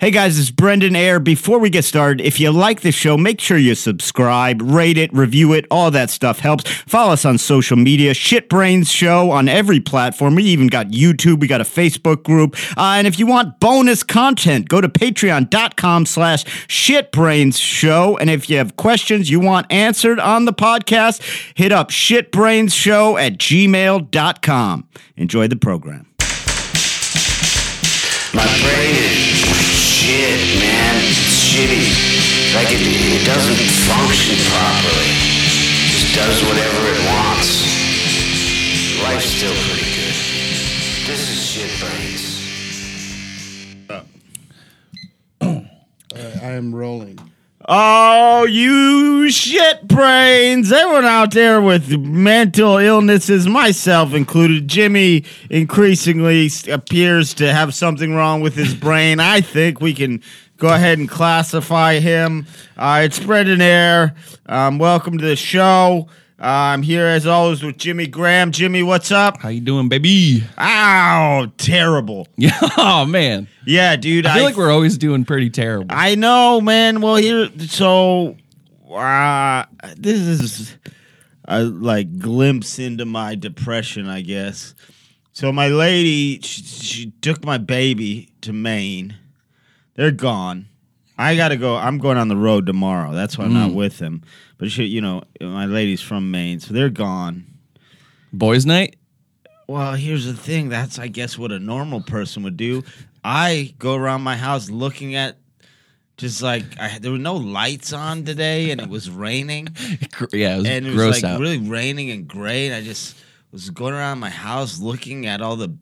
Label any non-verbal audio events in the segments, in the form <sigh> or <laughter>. Hey guys, it's Brendan Ayer. Before we get started, if you like the show, make sure you subscribe, rate it, review it, all that stuff helps. Follow us on social media, Shitbrains Show on every platform. We even got YouTube, we got a Facebook group. Uh, and if you want bonus content, go to patreon.com slash shitbrains show. And if you have questions you want answered on the podcast, hit up shitbrainshow at gmail.com. Enjoy the program. My brain is shit, man. It's shitty. Like it, it doesn't function properly. It just does whatever it wants. Life's still pretty good. This is shit brains. Uh, I am rolling. Oh, you shit brains. Everyone out there with mental illnesses, myself included, Jimmy increasingly s- appears to have something wrong with his brain. I think we can go ahead and classify him. Uh, it's Brendan Air. Um, welcome to the show. Uh, I'm here as always with Jimmy Graham. Jimmy, what's up? How you doing, baby? <laughs> Ow, terrible. Yeah, oh man, Yeah, dude. I feel like we're always doing pretty terrible. I know, man. Well, here, so uh, this is a like glimpse into my depression, I guess. So my lady, she, she took my baby to Maine. They're gone. I gotta go. I'm going on the road tomorrow. That's why I'm not with them. But she, you know, my lady's from Maine, so they're gone. Boys' night. <laughs> Well, here's the thing. That's, I guess, what a normal person would do. I go around my house looking at just like I, there were no lights on today, and it was raining, Gr- Yeah, it was and it gross was like out. <laughs> really raining and gray. And I just was going around my house looking at all the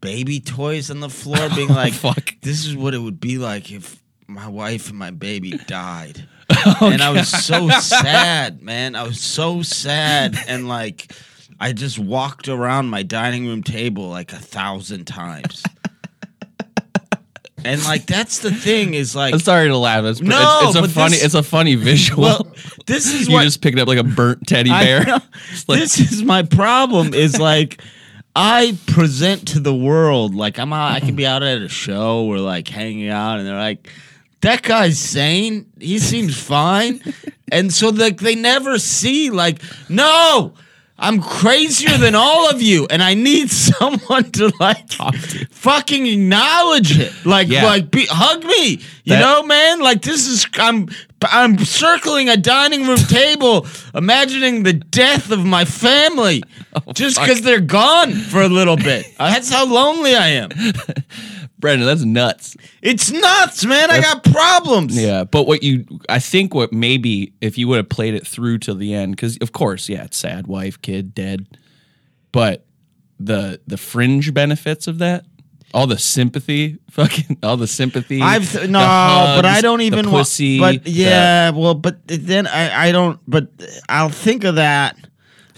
baby toys on the floor, <laughs> being like, fuck. <laughs> "This is what it would be like if my wife and my baby <laughs> died." Oh, and I was so sad, man. I was so sad, and like I just walked around my dining room table like a thousand times. and like that's the thing is like I'm sorry to laugh. It's, No, it's- it's, but a funny. this- it's a funny visual. well, this is <laughs> you what just picked up like a burnt teddy I bear. <laughs> know. Just like- this is my problem. Is like I present to the world like I'm out, I can be out at a show or like hanging out, and they're like, "That guy's sane. He seems fine," and so like they never see like no. I'm crazier than all of you, and I need <laughs> someone to like to. fucking acknowledge it. Like, Yeah. like, be, hug me. You That- know, man. Like, this is I'm I'm circling a dining room table, imagining the death of my <laughs> family, Oh, just because they're gone for a little bit. <laughs> That's how lonely I am. Brendan, that's nuts. It's nuts, man. I got problems. Yeah, but what you, I think, what maybe if you would have played it through to the end, because of course, yeah, it's sad, wife, kid, dead, but the the fringe benefits of that, all the sympathy, <laughs> fucking all the sympathy. I've th- the no, but I hugs, don't the even wa- pussy, But the- yeah, well, but then I I don't. But I'll think of that.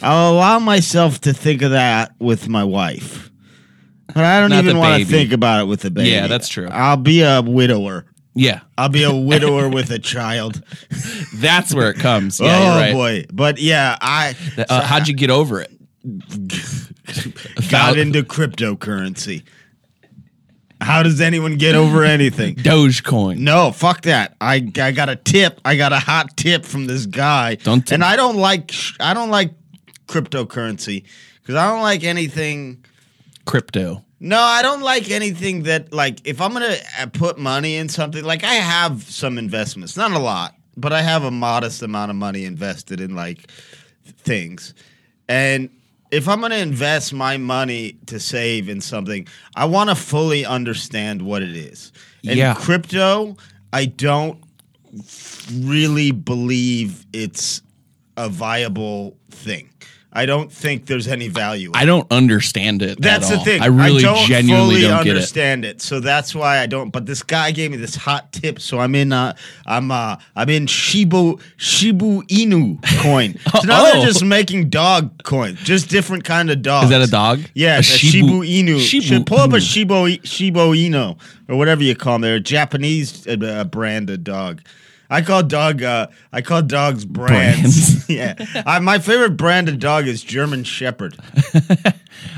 I'll allow myself to think of that with my wife. But I don't Not the even want to baby. think about it with the baby. Yeah, that's true. I'll be a widower. yeah, I'll be a widower <laughs> with a child. that's where it <laughs> comes. Yeah, oh you're right. boy! But yeah, I Th- uh, how'd you get over it? got Thou- into cryptocurrency. How does anyone get over anything? Dogecoin. No, fuck that. I I got a tip. I got a hot tip from this guy. Don't tip. and I don't like I don't like cryptocurrency because I don't like anything. Crypto. No, I don't like anything that like if I'm gonna uh, put money in something. Like I have some investments, not a lot, but I have a modest amount of money invested in like things. And if I'm going to invest my money to save in something, I want to fully understand what it is. And Yeah. crypto, I don't really believe it's a viable thing. I don't think there's any value. in I don't understand it. at that's the all. thing. I really don't genuinely fully don't get it. understand it. So that's why I don't. But this guy gave me this hot tip. So I'm in. Uh, I'm. Uh, I'm in Shibu Shibu Inu <laughs> coin. So now Oh. they're just making dog coins, just different kind of dogs. Is that a dog? Yeah, A it's a Shibu, Shibu- Inu. Shibu Should pull up a Inu. Shibu Shibu Inu or whatever you call them. They're a Japanese uh, uh, brand of dog. I call dog. Uh, I call dogs brands. <laughs> yeah, I, my favorite brand of dog is German Shepherd.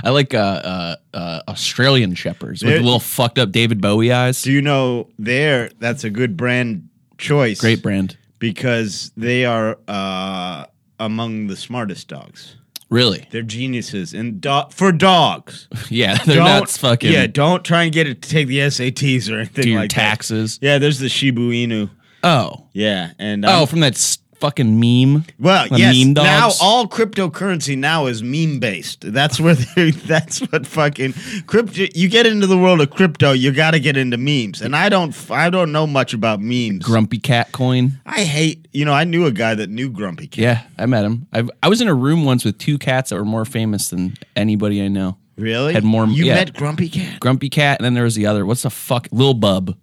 I like uh, uh, uh, Australian shepherds with There- little fucked up David Bowie eyes. Do you know there? That's a good brand choice. Great brand. because they are uh, among the smartest dogs. <laughs> Really? <laughs> They're geniuses and do- for dogs. Yeah, they're Don't- not fucking Yeah, don't try and get it to take the SATs or anything do your like taxes. that. Yeah, there's the Shibu Inu. Oh. Yeah, and Oh, um, from that s- fucking meme. well, The yes. meme Now dogs? all cryptocurrency now is meme based. That's where they, <laughs> that's what fucking crypto. You get into the world of crypto, you got to get into memes. And I don't f- I don't know much about memes. Grumpy cat coin. I hate. You know, I knew a guy that knew Grumpy Cat. Yeah, I met him. I I was in a room once with two cats that were more famous than anybody I know. Really? Had more- You yeah. met Grumpy Cat? Grumpy cat, and then there was the other. What's the fuck? Lil Bub.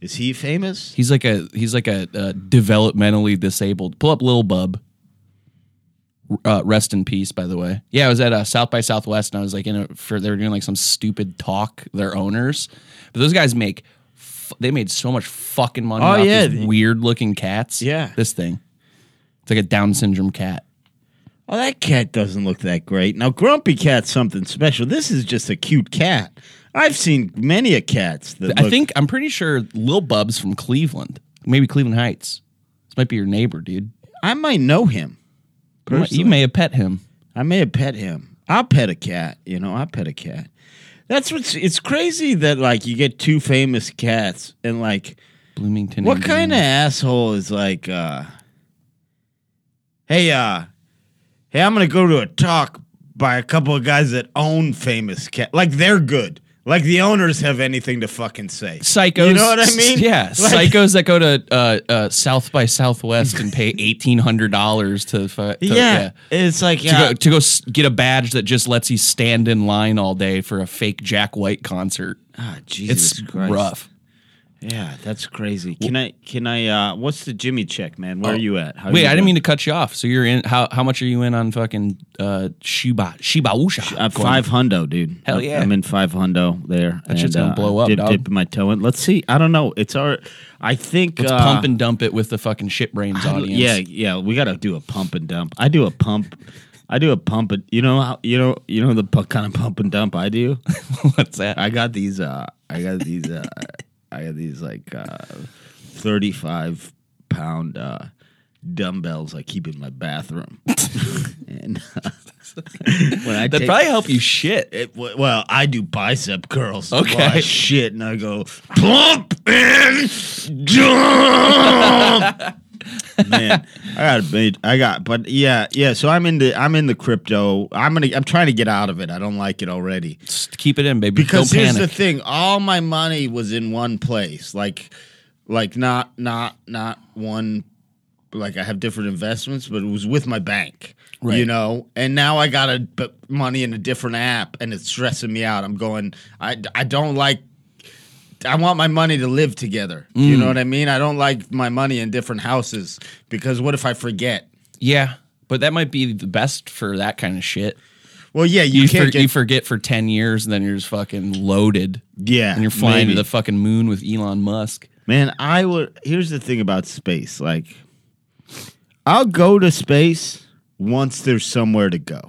Is he famous? He's like a he's like a, uh developmentally disabled. Pull up Lil Bub. Uh, rest in peace, by the way. Yeah, I was at uh, South by Southwest, and I was like, in a, for they were doing like some stupid talk. Their owners, but those guys make f- they made so much fucking money. Oh, off yeah. these weird looking cats. Yeah. this thing. It's like a Down syndrome cat. Oh, that cat doesn't look that great. Now, Grumpy Cat's something special. This is just a cute cat. I've seen many a cats that I look- think I'm pretty sure Lil Bub's from Cleveland, maybe Cleveland Heights. This might be your neighbor, dude. I might know him. You might- Personally. You may have pet him. I may have pet him. I'll pet a cat. You know, I pet a cat. That's what's. It's crazy that like you get two famous cats and like Bloomington. What Indiana. kind of asshole is like, uh, hey, uh, hey, I'm gonna go to a talk by a couple of guys that own famous cat. Like they're good. Like the owners have anything to fucking say. psychos. You know what I mean? <laughs> Yeah, <laughs> Like- psychos that go to uh, uh, South by Southwest and <laughs> pay eighteen hundred dollars to, fu- to Yeah, it's like uh, To yeah, go, to go s- get a badge that just lets you stand in line all day for a fake Jack White concert. Ah, Jesus It's Christ. rough. Yeah, that's crazy. Can I? Can I? uh What's the Jimmy check, man? Where are you at? How Oh. Wait, you I didn't doing? mean to cut you off. So you're in. How how much are you in on fucking uh, Shiba Shiba Usha? Uh, five hundo, dude. Hell I'm- yeah. I'm in five hundo there. That shit's gonna blow up, Dip, dog. dip my toe in. Let's see. I don't know. It's our. I think Let's uh, pump and dump it with the fucking shit brains I- audience. Yeah, yeah, we gotta do a pump and dump. I do a pump. I do a pump and you know how you know you know the pu- kind of pump and dump I do. <laughs> what's that? I got these. uh I got these. uh I got these like uh thirty-five pound uh dumbbells I keep in my bathroom. <laughs> and <laughs> uh, when I That'd take- probably help you shit. it, w- well, I do bicep curls. Okay. Well, I shit, and I go plump and jump. Man, I got made. I got, but yeah, yeah. So I'm in the I'm in the crypto. I'm gonna. I'm trying to get out of it. I don't like it already. Just keep it in, baby. Because Don't here's panic. the thing: all my money was in one place. Like, like not not not one. Like I have different investments, but it was with my bank. You Right. know, and now I got a b- money in a different app, and it's stressing me out. I'm going. I I don't like. I want my money to live together. You Mm. know what I mean? I don't like my money in different houses because what if I forget? yeah, but that might be the best for that kind of shit. Well, yeah, you, you, can't for- get. you forget for 10 years and then you're just fucking loaded yeah, and you're flying maybe. to the fucking moon with Elon Musk. Man, I would. Here's the thing about space. Like, I'll go to space once there's somewhere to go.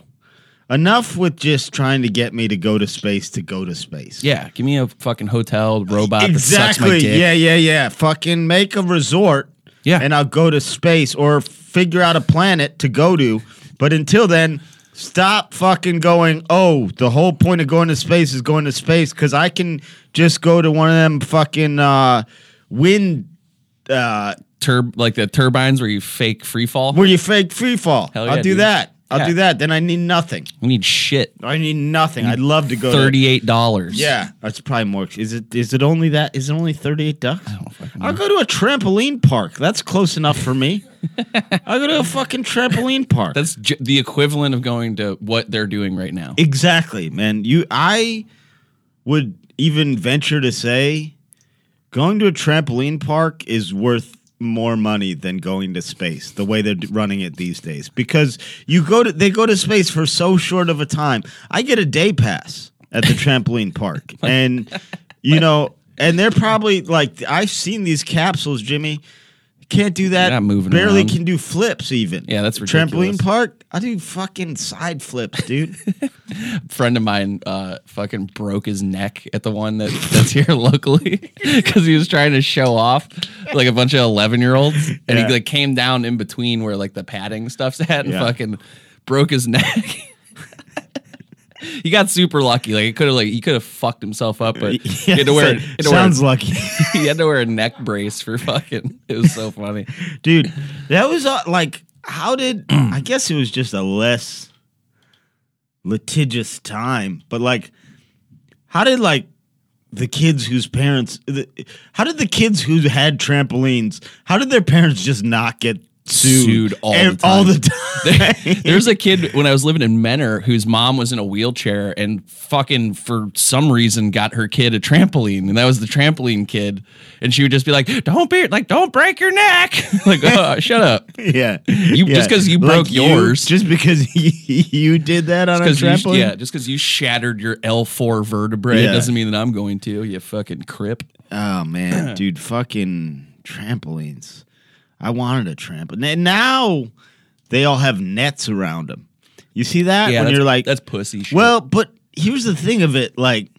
Enough with just trying to get me to go to space to go to space. Yeah, give me a fucking hotel robot Uh, that sucks my exactly. dick. Yeah, yeah, yeah. Fucking make a resort. Yeah. And I'll go to space or figure out a planet to go to. But until then, stop fucking going. Oh, the whole point of going to space is going to space because I can just go to one of them fucking uh, wind. Uh, Tur- like the turbines where you fake free fall. Where you fake free fall. Hell I'll yeah, do dude. that. I'll Yeah. do that. Then I need nothing. we need shit. I need nothing. I'd love to go to- $38. yeah, that's probably more. Is it? Is it only that? Is it only thirty-eight ducks? I'll go to a trampoline park. That's close enough for me. I'll go to a fucking trampoline park. That's j- the equivalent of going to what they're doing right now. exactly, man. You, I would even venture to say, going to a trampoline park is worth more money than going to space the way they're d- running it these days because you go to they go to space for so short of a time i get a day pass at <laughs> the trampoline Oh park and you know and they're probably like i've seen these capsules jimmy Can't do that. You're not moving Barely around. can do flips even. Yeah, that's ridiculous. Trampoline park. I do fucking side flips, dude. friend of mine uh, fucking broke his neck at the one that, that's here <laughs> locally because he was trying to show off like a bunch of 11 year olds and Yeah. he like came down in between where like the padding stuff's at and Yeah. fucking broke his <laughs> neck he got super lucky like he could have like he could have fucked himself up <laughs> but he had to wear, he had to wear, sounds lucky. <laughs> he had to wear a neck brace for fucking it was so funny dude that was uh, like how did <clears throat> i guess it was just a less litigious time but like how did like the kids whose parents the, how did the kids who had trampolines how did their parents just not get sued, Sued all the Ev- time. all <laughs> the <laughs> time There's a kid when I was living in Menor whose mom was in a wheelchair and fucking for some reason got her kid a trampoline and that was the trampoline kid and she would just be like don't be like don't break your neck <laughs> like uh, shut <laughs> up yeah You- just 'cause you broke yours. just because <laughs> you, you did that on a because trampoline yeah just because you shattered your L4 vertebrae Yeah. doesn't mean that I'm going to you fucking crip Oh <clears throat> man, dude, fucking trampolines. I wanted a trampoline. And now they all have nets around them. You see that? yeah when that's- you're like, that's pussy shit. well, but here's the thing of it, like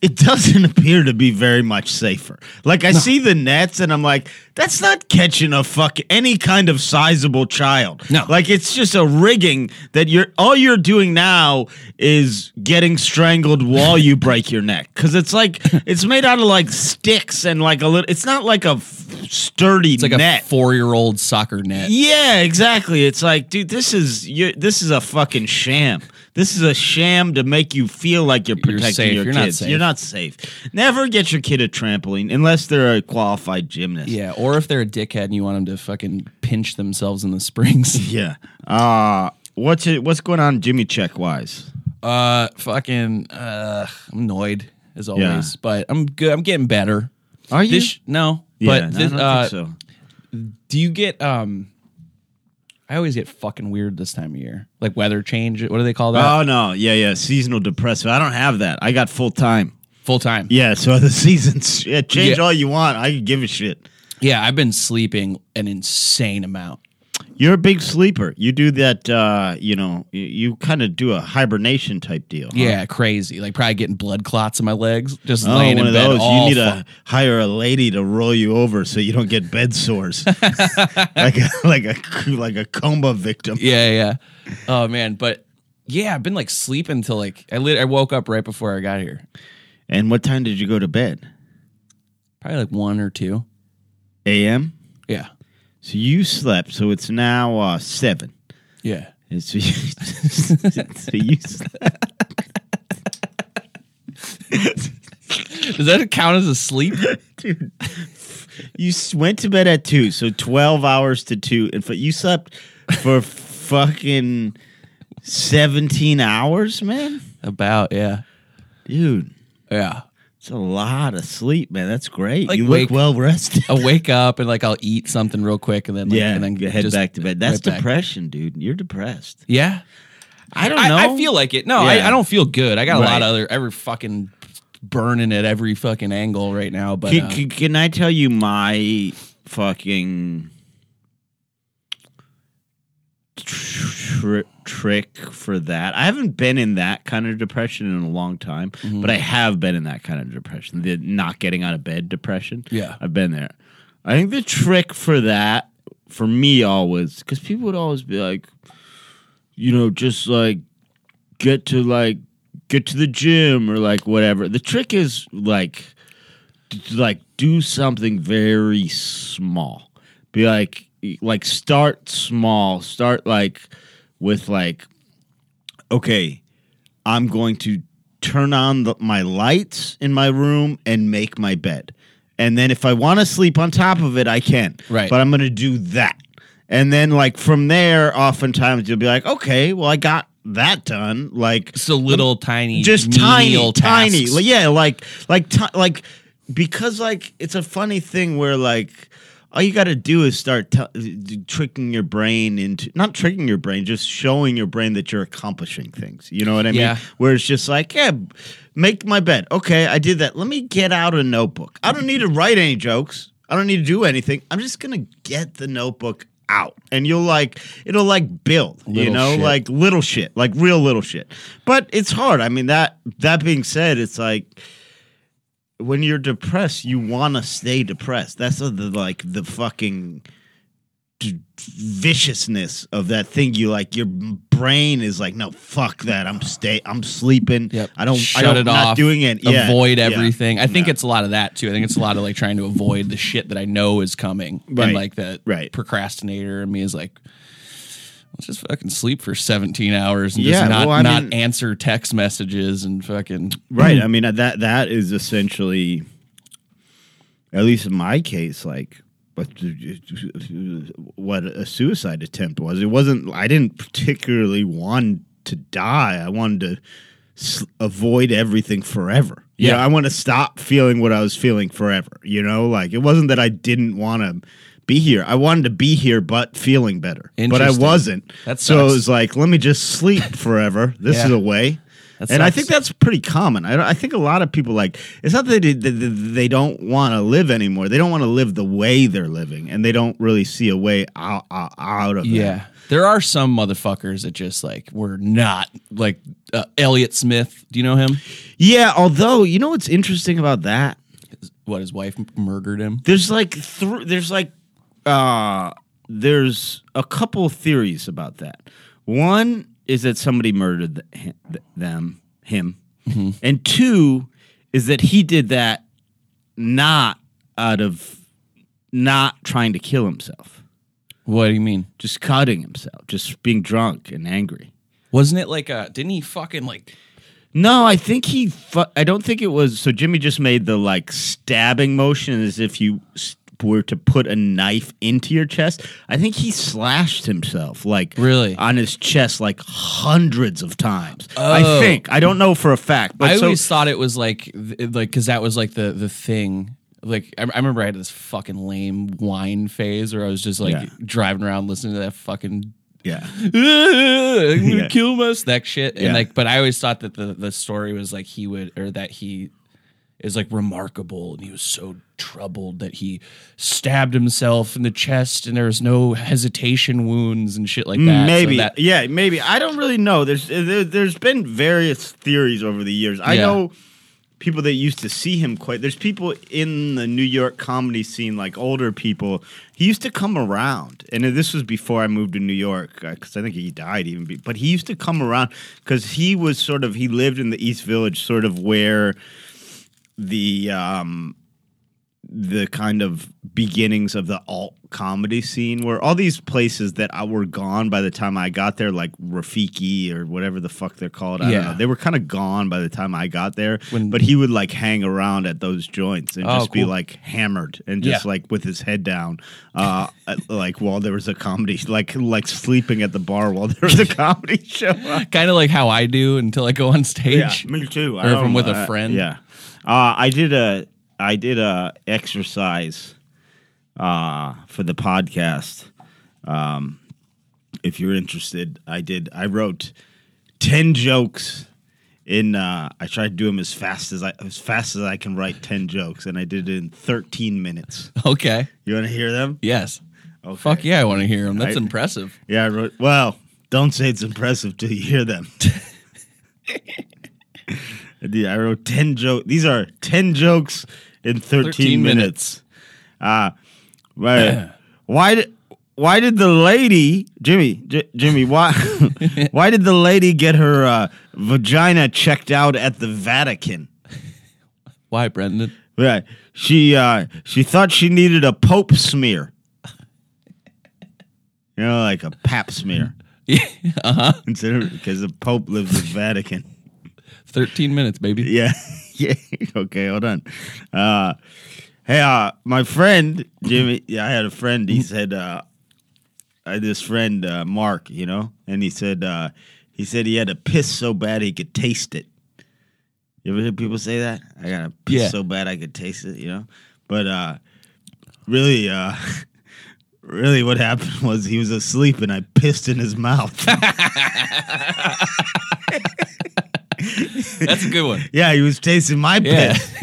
it doesn't <laughs> appear to be very much safer. Like I see the nets and I'm like, that's not catching a fuck any kind of sizable child. No. Like it's just a rigging that you're all you're doing now is getting strangled while you break your neck. Cause it's <laughs> like it's made out of like sticks and like a little it's not like a f- sturdy it's like net. a four year old soccer net Yeah, exactly. It's like, dude, this is you this is a fucking sham. This is a sham to make you feel like you're protecting safe. your You're not kids. safe. You're not safe. Never get your kid a trampoline unless they're a qualified gymnast. yeah or if they're a dickhead and you want them to fucking pinch themselves in the springs Yeah. Uh what's it, what's going on Jimmy check wise? Uh, fucking, uh, I'm annoyed as always, Yeah. but I'm good. I'm getting better. Are This, no, yeah, but no, this, I don't uh, think so. do you get, um, I always get fucking weird this time of year, like weather change. What do they call that? Oh no, yeah, yeah, seasonal depressive. I don't have that. I got full time. Full time. Yeah, so <laughs> the seasons yeah, change Yeah. all you want. I can give a shit. Yeah, I've been sleeping an insane amount. You're a big sleeper. You do that. Uh, you know, you, you kind of do a hibernation type deal. huh? Yeah, crazy. Like probably getting blood clots in my legs, just Oh, laying one of in bed. those. You all need fu- to hire a lady to roll you over so you don't get bed <laughs> sores, <laughs> like a, like a like a coma victim. Yeah, yeah. Oh man, but yeah, I've been like sleeping till like I lit. I woke up right before I got here, And what time did you go to bed? probably like one or two. A.M. Yeah, So you slept. So it's now uh, seven. yeah. And so you, <laughs> so you slept. Does that count as a sleep? <laughs> Dude, you s- went to bed at two, so twelve hours to two, and f- you slept for fucking seventeen hours, man. About yeah, Dude, yeah. it's a lot of sleep, man. That's great. Like you wake- look well rested. I wake up and like I'll eat something real quick and then like, yeah, and then then head just back to bed. That's right back. depression, dude. You're depressed. Yeah, I don't know. I, I feel like it. No, I, Yeah. I don't feel good. I got a lot Right. of other every fucking burning at every fucking angle right now. But Can, uh, can, can I tell you my fucking tr- trick for that? I haven't been in that kind of depression in a long time, Mm-hmm. but I have been in that kind of depression, the not getting out of bed depression. Yeah. I've been there. I think the trick for that, for me always, because people would always be like, you know, just like get to like get to the gym or like whatever. The trick is like d- like do something very small. Be like e, like start small. Start like with like okay, I'm going to turn on the, my lights in my room and make my bed. And then if I want to sleep on top of it, I can. Right. But I'm going to do that. And then like from there, oftentimes you'll be like, okay, well I got that done. Like just a little tiny, just tiny, menial tiny. tasks. Like, yeah, like like ti- like because like it's a funny thing where like all you got to do is start t- tricking your brain into not tricking your brain, just showing your brain that you're accomplishing things. You know what I Yeah. mean? Where it's just like, yeah, make my bed. Okay, I did that. Let me get out a notebook. I don't need to write any jokes. I don't need to do anything. I'm just gonna get the notebook out, and you'll like it'll like build, you Little know, shit. like little shit, like real little shit. But it's hard. I mean that. That being said, it's like when you're depressed, you want to stay depressed. That's the like the fucking d- viciousness of that thing you like your brain is like no fuck that i'm stay i'm sleeping i don't shut i don't it not off. doing it Yeah, Avoid yeah. everything. I think it's a lot of that too. I think it's a lot of like trying to avoid the shit that I know is coming. Right. And like that Right. procrastinator in me is like, let's just fucking sleep for 17 hours and Yeah, just not, well, I not mean- answer text messages and fucking Right. <clears throat> I mean that that is essentially, at least in my case, like what what a suicide attempt was. It wasn't. I didn't particularly want to die. I wanted to s- avoid everything forever. You Yeah. know, I want to stop feeling what I was feeling forever. You know, like it wasn't that I didn't want to be here. I wanted to be here, but feeling better. But I Interesting. wasn't. That so it sucks. was like, let me just sleep forever. This Yeah. is a way That and I sucks. think that's pretty common. I, don't- I think a lot of people like it's not that they, they, they don't want to live anymore. They don't want to live the way they're living, and they don't really see a way out, out, out of it. Yeah. There are some motherfuckers that just like were not like uh, Elliot Smith. Do you know him? Yeah. Although you know what's interesting about that? What his wife m- murdered him. There's like thr there's like uh there's a couple theories about that. One is that somebody murdered th- him, th- them him, and two is that he did that not out of not trying to kill himself, What do you mean? just cutting himself, just being drunk and angry. Wasn't it like a? Didn't he fucking like? No, I think he. Fu- I don't think it was. So Jimmy just made the like stabbing motion as if you s- were to put a knife into your chest. I think he slashed himself like Really? on his chest like hundreds of times. I Oh. think I don't know for a fact, but I so always thought it was like th- like because that was like the the thing. Like I, I remember I had this fucking lame wine phase where I was just like Yeah. driving around listening to that fucking. <laughs> yeah, I'm gonna Yeah. kill us that shit and Yeah. like but I always thought that the the story was like he would or that he is like remarkable and he was so troubled that he stabbed himself in the chest and there was no hesitation wounds and shit like that So maybe that- yeah, maybe I don't really know. There's uh, there, there's been various theories over the years. I Yeah. know people that used to see him quite. There's people in the New York comedy scene, like older people. He used to come around, and this was before I moved to New York because I think he died even. Be, but he used to come around because he was sort of he lived in the East Village, sort of where the um the kind of beginnings of the alt comedy scene where all these places that I were gone by the time I got there like Rafiki or whatever the fuck they're called I don't Yeah. know they were kind of gone by the time I got there When- but he would like hang around at those joints and Oh, just be cool. like hammered and just Yeah. like with his head down uh <laughs> at- like while there was a comedy like like sleeping at the bar while there was a comedy <laughs> show kind of like how I do until I go on stage me too. Or if don't- I'm with a uh, friend. yeah, uh, I did a I did a exercise uh, for the podcast. Um, if you're interested, I did. I wrote ten jokes. In uh, I tried to do them as fast as I as fast as I can write ten jokes, and I did it in thirteen minutes. <laughs> okay You want to hear them? yes Okay. fuck yeah I want to hear him that's I- impressive Yeah, I wrote. Well, don't say it's impressive till you hear them. <laughs> I did- I wrote ten jokes. These are ten jokes in thirteen, 13 minutes. Uh, right. why did why did the lady Jimmy J- Jimmy why <laughs> why did the lady get her uh, vagina checked out at the Vatican? why Brendan <laughs> Right. She uh she thought she needed a pope smear. You know, like a pap smear. uh huh. Because the pope lives in the Vatican. <laughs> 13 minutes baby Yeah. <laughs> yeah. Okay, hold on. Uh hey uh my friend Jimmy yeah, I had a friend, he said uh I had this friend uh Mark, you know, and he said uh he said he had to piss so bad he could taste it. You ever hear people say that? I gotta piss Yeah. so bad I could taste it, you know? But uh really uh <laughs> really what happened was he was asleep and I <laughs> pissed in his mouth. That's a good <laughs> one. Yeah, he was tasting my Yeah. <laughs> piss.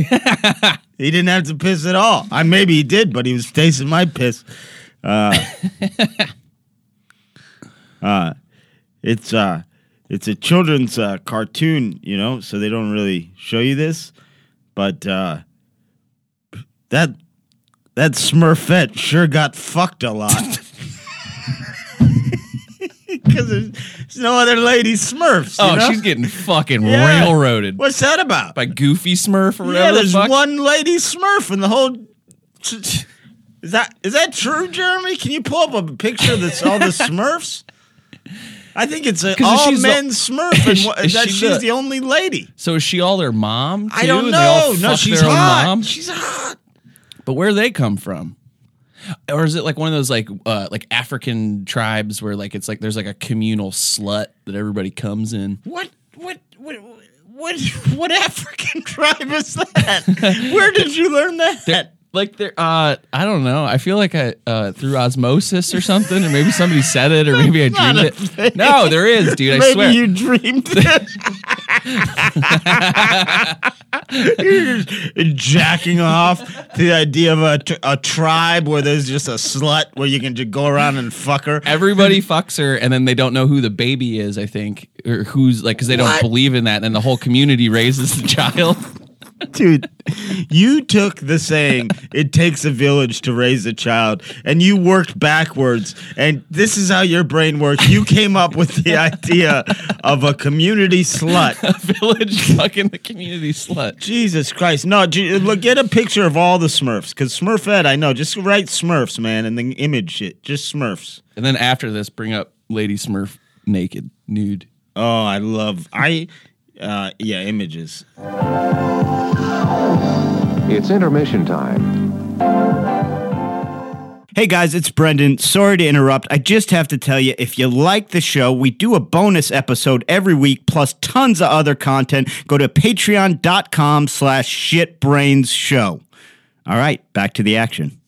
He didn't have to piss at all. I maybe he did, but he was tasting my piss. Uh, uh, <laughs> it's uh, it's a children's uh, cartoon, you know, so they don't really show you this, but uh, that that Smurfette sure got fucked a lot. <laughs> <laughs> Because there's, there's no other lady Smurfs. you Oh, know? she's getting fucking Yeah. railroaded What's that about? by Goofy Smurf or whatever Yeah, the there's fuck. one lady Smurf in the whole. Is that is that true, Jeremy? Can you pull up a picture that's <laughs> all the Smurfs? I think it's a 'Cause if all she's the- men Smurf, and <laughs> Is what, she- that is she she's the- the only lady. So is she all their mom? Too? I don't And they all know. No, fuck she's their own hot. mom? She's hot. But where do they come from? Or is it like one of those like uh, like African tribes where like it's like there's like a communal slut that everybody comes in? What what what what what African <laughs> tribe is that? Where did you learn that? They're- like they're uh I don't know. I feel like I uh through osmosis or something, or maybe somebody said it, or maybe I not dreamed it. a thing. No, there is, dude. Maybe I swear. you <laughs> dreamed it. You're just jacking off to the idea of a, t- a tribe where there's just a slut where you can just go around and fuck her. Everybody fucks her, and then they don't know who the baby is. I think, or who's like, because they What? don't believe in that, and the whole community raises the child. <laughs> Dude, you took the saying, it takes a village to raise a child, and you worked backwards. And this is how your brain works. You came up with the idea of a community slut. Village fucking the community slut. Jesus Christ! No, ju- look, get a picture of all the Smurfs, cause Smurfette, I know. Just write Smurfs, man, and then image shit. Just Smurfs. And then after this, bring up Lady Smurf naked, nude. Oh, I love. I, uh, yeah, images. It's intermission time. Hey guys, it's Brendan. Sorry to interrupt. I just have to tell you if you like the show, we do a bonus episode every week plus tons of other content. Go to patreon.com slash shitbrains show. All right, back to the action.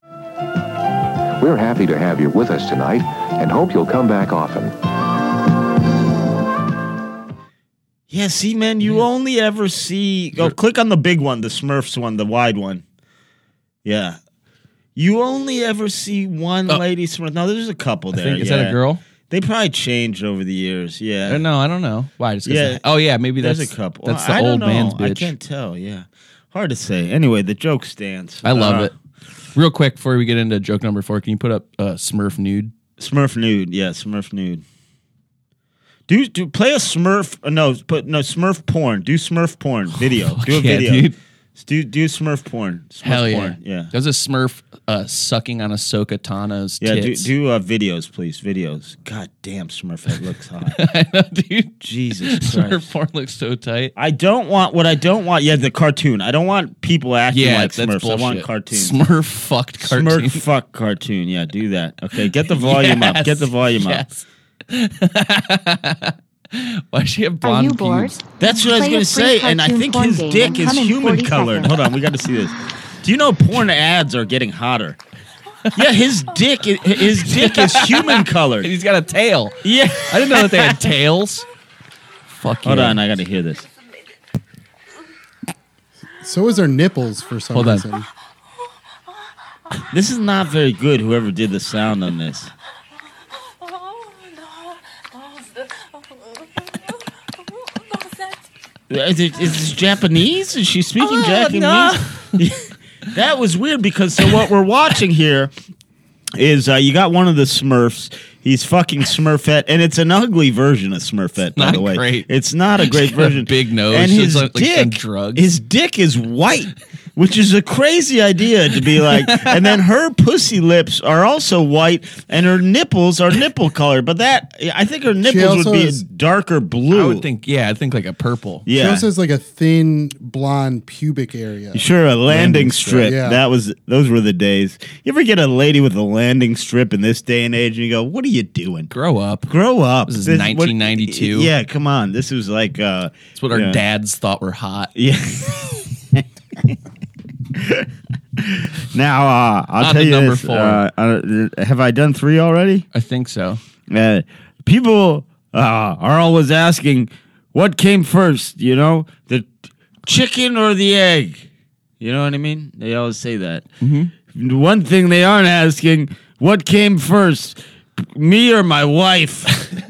We're happy to have you with us tonight and hope you'll come back often. Yeah, see, man, you only ever see. Go click on the big one, the Smurfs one, the wide one. Yeah, you only ever see one lady Smurf. No, there's a couple Uh, I there. think is that yeah. a girl? They probably changed over the years. Uh, Yeah, No, I don't know. Why? Just 'cause Yeah. I- oh yeah, maybe there's that's a couple. That's the I don't old know. man's bitch. I can't tell. Yeah, hard to say. Anyway, the joke stands. I love Uh, it. Real quick before we get into joke number four, can you put up uh, Smurf nude? Smurf nude, yeah, Smurf nude. Do do play a Smurf? uh, No, put no Smurf porn. Do Smurf <laughs> porn video. do a yeah, video. dude. S- Do do Smurf porn. Smurf Hell yeah. porn. Yeah. There's a Smurf uh, sucking on Ahsoka Tano's Yeah, do, tits. do uh, videos, please. Videos. God damn, Smurf head looks <laughs> hot. <laughs> I know, dude. Jesus Christ. Smurf porn looks so tight. I don't want what I don't want. Yeah, the cartoon. I don't want people acting Yeah, like that's Smurfs. bullshit. I want cartoons. Smurf fucked cartoon. Smurf fuck cartoon. Yeah, do that. Okay, get <laughs> the volume up. Get the volume up. up. <laughs> Why does she have Are blonde you bored? pubes? That's what I was Play going a to free say, and I cartoon think porn his game dick and is come in 40 human colored. seconds. Hold on, we got to see this. Do you know porn ads are getting hotter? Yeah, his dick, i- his dick is human And colored. <laughs> <laughs> he's got a tail. Yeah. I didn't know that they had tails. Fuck Hold yeah. on, I got to hear this. So is her nipples for some Hold on. reason. This is not very good. Whoever did the sound on this. Is, it, is this Japanese? Is she speaking Oh, Japanese? <laughs> that was weird because so what we're watching here is uh, you got one of the Smurfs. He's fucking Smurfette, and it's an ugly version of Smurfette. by not the way, great. it's not a great got a version. big nose. and She's his like- like on dick, drugs. his dick is white, which is a crazy idea to be <laughs> like. and then her pussy lips are also white, and her nipples are nipple colored. But that I think her nipples also would be is- darker blue. I would think, yeah, I think like a purple. Yeah. She also has like a thin blonde pubic area. Sure, a landing, strip. yeah. That was those were the days. You ever get a lady with a landing strip in this day and age, and you go, "What are you doing? Grow up. Grow up." This is what- 1992. yeah, come on. This was like uh, That's what our yeah. dads thought were hot. <laughs> Yeah. <laughs> now uh, I'll On tell to you number this. four. Uh, uh, have I done three already? I think so. Uh, people uh, are always asking, what came first, you know, the chicken or the egg? You know what I mean? They always say that. Mm-hmm. One thing they aren't asking, what came first, me or my wife? <laughs>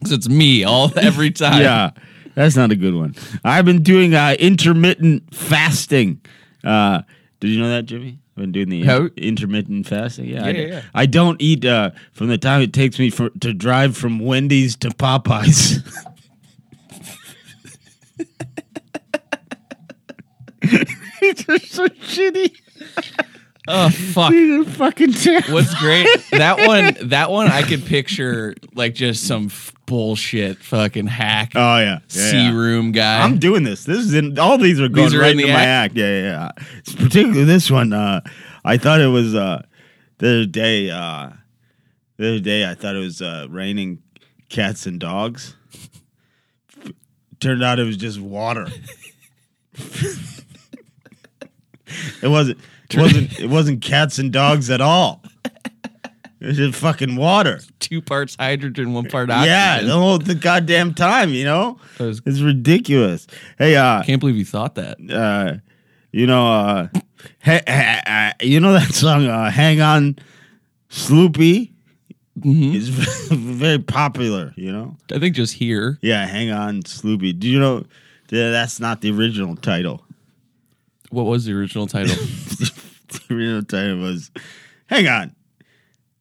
'Cause it's me all <laughs> every time. <laughs> yeah, that's not a good one. I've been doing uh, intermittent fasting. Uh, did you know that, Jimmy? I've been doing the in- How- intermittent fasting. Yeah, I, Yeah, yeah, yeah. I don't eat uh, from the time it takes me for, to drive from Wendy's to Popeyes. These are so shitty. Oh fuck. These are fucking terrible. What's <laughs> great? That one. That one I could picture like just some f- bullshit fucking hack. <laughs> Oh <laughs> yeah, yeah, sea yeah. room guy. I'm doing this. This is in all these are going These are right in the into my act. Yeah, yeah, yeah. It's particularly this one. Uh, I thought it was uh, the other day. Uh, the other day, I thought it was uh, raining cats and dogs. Turned out it was just water. it wasn't. It wasn't. It wasn't cats and dogs at all. It was just fucking water. Two parts hydrogen, one part oxygen. Yeah, the whole the goddamn time. You know, That was- it's ridiculous. Hey, uh, Can't believe you thought that. uh, you know, uh, he- he- uh, you know that song, uh, "Hang On, Sloopy." It's <laughs> very popular. You know, I think just here. yeah, "Hang On, Sloopy." Do you know th- that's not the original title? <laughs> What was the original title? The original title was "Hang On."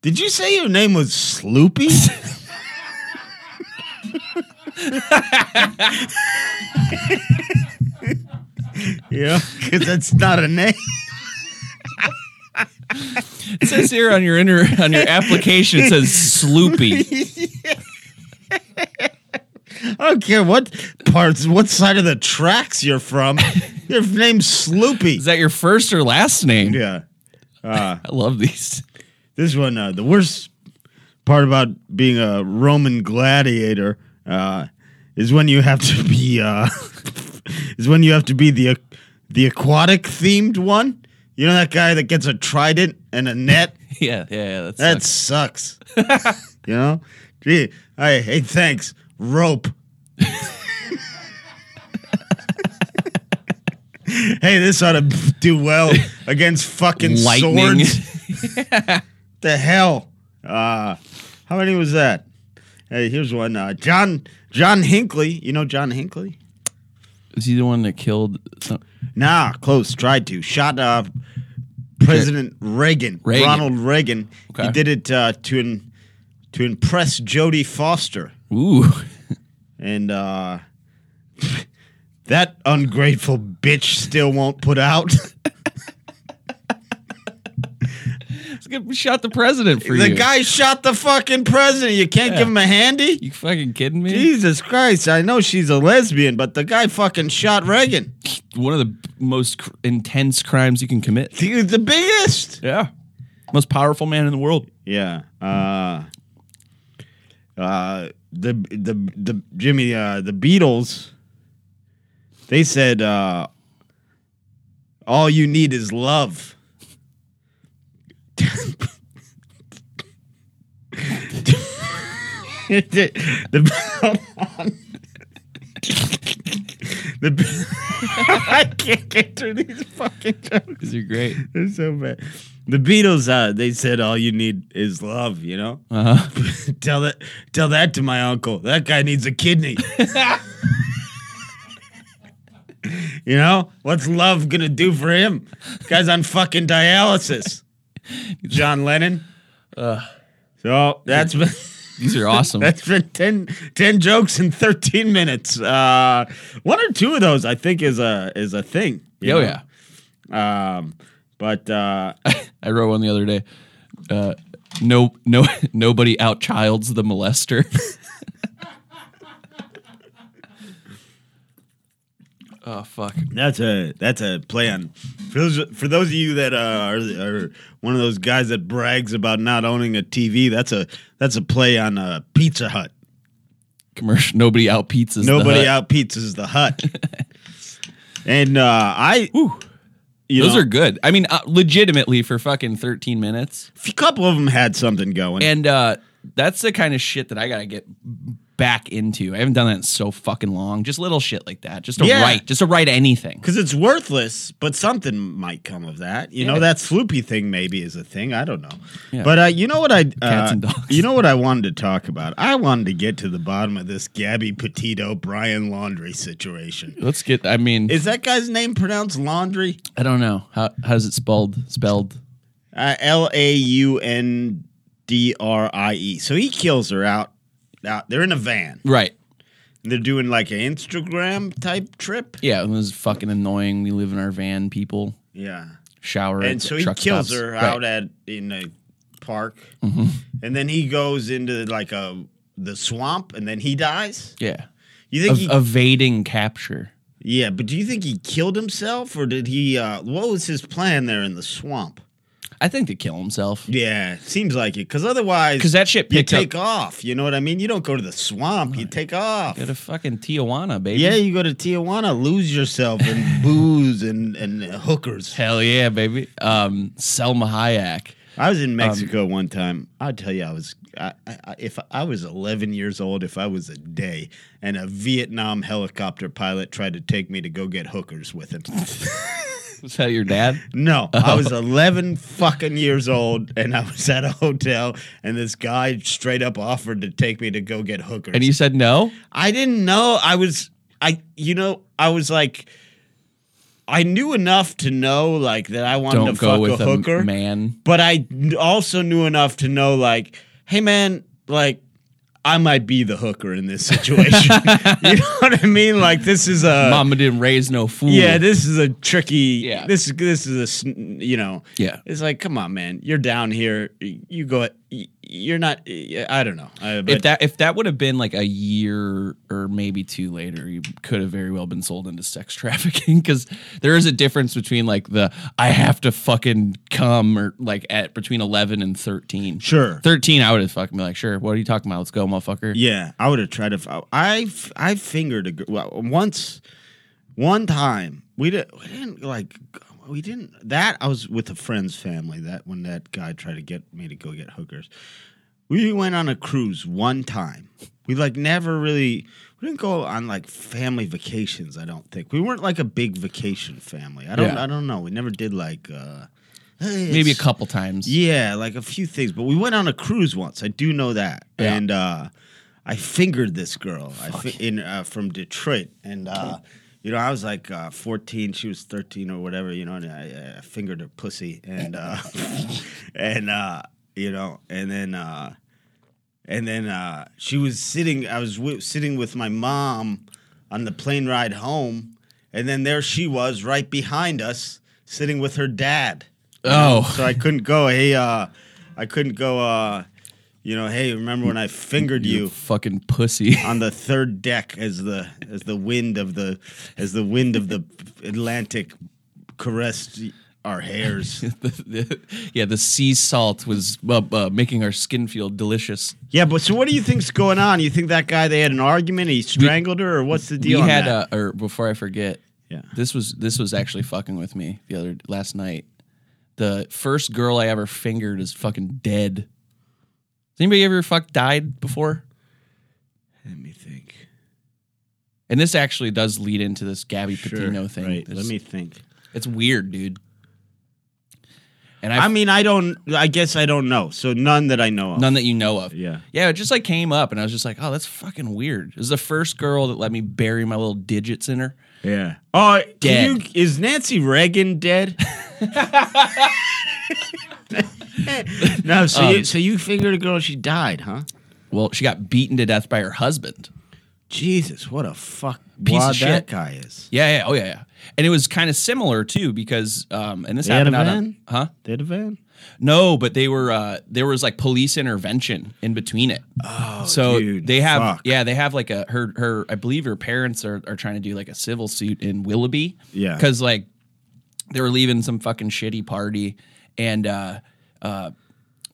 Did you say your name was Sloopy? <laughs> yeah, because that's not a name. it says here on your inter- on your application. It says Sloopy. I don't care what parts, what side of the tracks you're <laughs> from. Your name's Is Sloopy. that your first or last name? Yeah. I love these. <laughs> This one, uh, the worst part about being a Roman gladiator uh, is when you have to be uh, <laughs> is when you have to be the the aquatic themed one. You know that guy that gets a trident and a net. Yeah, yeah, yeah. That's, That sucks. <laughs> you know? Gee, hey, hey, thanks. <laughs> Rope. hey, this ought to do well against fucking uh, lightning. swords. The hell? Uh, how many was that? Hey, here's one. Uh, John John Hinckley. You know John Hinckley? <laughs> Is he the one that killed uh, some- Nah, close. Tried to shot uh, President Reagan, Reagan. Ronald Reagan. He Okay. did it uh, to in, to impress Jodie Foster, Ooh, and uh, <laughs> that ungrateful bitch still won't put out. <laughs> it's good. We shot the president for <laughs> the you. guy shot the fucking president. You can't give him a handy. You fucking kidding me? Jesus Christ! I know she's a lesbian, but the guy fucking shot Reagan. One of the most cr- intense crimes you can commit. He was the biggest. Yeah, most powerful man in the world. Yeah. Uh, uh, the the the Jimmy uh, the Beatles. They said, uh, "All you need is love." the, hold on. <laughs> the, <laughs> I can't get through these fucking jokes. These are great. It's so bad. The Beatles, uh, they said all you need is love, you know? Uh huh. <laughs> tell that tell that to my uncle. That guy needs a kidney. <laughs> you know? What's love gonna do for him? Guy's on fucking dialysis. John Lennon. Uh. so that's been <laughs> These are awesome. that's been 10, 10 jokes in thirteen minutes. Uh, one or two of those I think is a is a thing. you oh know? yeah. Um, but uh, I wrote one the other day. Uh, no, no, <laughs> nobody outchilds the molester. <laughs> oh fuck! That's a that's a play on for those for those of you that uh, are are one of those guys that brags about not owning a TV. That's a that's a play on uh, Pizza Hut. Commercial. Nobody out pizzas. Nobody out. out pizzas the <laughs> hut. and uh, I, you Those know, are good. I mean, uh, legitimately for fucking thirteen minutes. a couple of them had something going. And uh, that's the kind of shit that I gotta get back into. I haven't done that in so fucking long. Just little shit like that. Just to Yeah. write. Just to write anything. Because it's worthless, but something might come of that. You know, Yeah. that Sloopy thing maybe is a thing. I don't know. Yeah. But uh, you know what I Cats uh, and dogs. you know what I wanted to talk about. I wanted to get to the bottom of this Gabby Petito Brian Laundry situation. Let's get. I mean, Is that guy's name pronounced Laundry? I don't know how how's it spelled. Spelled. Uh, L A U N D R I E. So he kills her out. Out they're in a van. Right. They're doing like an Instagram type trip. Yeah. It was fucking annoying. We live in our van. People Yeah. shower. and at so he truck kills stops. her Right. out at in a park, and then he goes into like a the swamp, and then he dies. Yeah. You think? Ev- he, evading capture. yeah, but do you think he killed himself, or did he? Uh, what was his plan there in the swamp? I think to kill himself. Yeah, seems like it, because otherwise, Because that shit you picked take up. off. You know what I mean? You don't go to the swamp. You take off. Go to fucking Tijuana, baby. Yeah, you go to Tijuana, lose yourself <laughs> in booze and and hookers. Hell yeah, baby. Um, Selma Hayek. I was in um, Mexico one time. I'll tell you, I was I, I, I- if I was 11 years old, if I was a day, and a Vietnam helicopter pilot tried to take me to go get hookers with him. Was that your dad? No, I Oh. was 11 fucking years old, and I was at a hotel, and this guy straight up offered to take me to go get hookers. And you said no? I didn't know. I was I you know, I was like I knew enough to know like that I wanted Don't to go fuck with a a m- hooker. man. But I kn- also knew enough to know like, hey man, like I might be the hooker in this <laughs> situation. <laughs> you know what I mean? Like this is a <laughs> Mama didn't raise no fool. yeah, this is a tricky. Yeah. this this is a sn- you know. Yeah. it's like come on, man, you're down here. y- You go. y- You're not. y- I don't know. I, if but- that if that would have been like a year or maybe two later, you could have very well been sold into sex <laughs> trafficking because there is a difference between like the I have to fucking come or like at between eleven and thirteen. Sure. thirteen, I would have fucking been like, sure. What are you talking about? Let's go, motherfucker. Yeah, I would have tried to. f- I f- I fingered a gir- well, once, one time we didn't we didn't like we didn't that I was with a friend's family that when that guy tried to get me to go get hookers. We went on a cruise one time. We like never really we didn't go on like family vacations. I don't think we weren't like a big vacation family. I don't Yeah. I don't know. We never did like uh, Maybe a couple. couple times. Yeah, like a few things. But we went on a cruise once. I do know that. Yeah. And uh, I fingered this girl I fi- in uh, from Detroit, and uh, you know I was like uh, 14, she was 13 or whatever. You know, and I, I fingered her pussy, and uh, <laughs> and uh, you know, and then. Uh, and then uh, she was sitting. I was wi sitting with my mom on the plane ride home, and then there she was right behind us, sitting with her dad Oh, so I couldn't go. Hey, uh, I couldn't go. Uh, you know, hey, remember when I fingered you fucking pussy. <laughs> on the third deck as the as the wind of the as the wind of the Atlantic caressed our hairs. yeah, the sea salt was uh, uh, making our skin feel delicious. yeah, but so what do you think's going on? You think that guy they had an argument? He strangled her, or what's the deal? we on had that? a or before I forget. Yeah. This was this was actually fucking with me the other last night. The first girl I ever fingered is fucking dead. Has anybody ever fuck died before? Let me think. And this actually does lead into this Gabby Patino thing. Right. It's, Let me think. it's weird, dude. And I I mean, I don't. I guess I don't know. So none that I know of. none that you know of. Yeah. Yeah, it just like came up and I was just like, "Oh, that's fucking weird." It was the first girl that let me bury my little digits in her. Yeah. Oh, can Dead. you- is Nancy Reagan dead? <laughs> no. So you so you figured a girl she died, huh? Well, she got beaten to death by her husband. Jesus, what a fuck Piece of wad shit. that guy is. Yeah, yeah, oh yeah, yeah. And it was kind of similar too because um and this They had a happened out van? of, huh? Dead van. No, but they were uh there was like police intervention in between it. Oh, so dude, they have fuck. yeah, they have like a her her I believe her parents are are trying to do like a civil suit in Willoughby. Yeah. Cuz like they were leaving some fucking shitty party and uh uh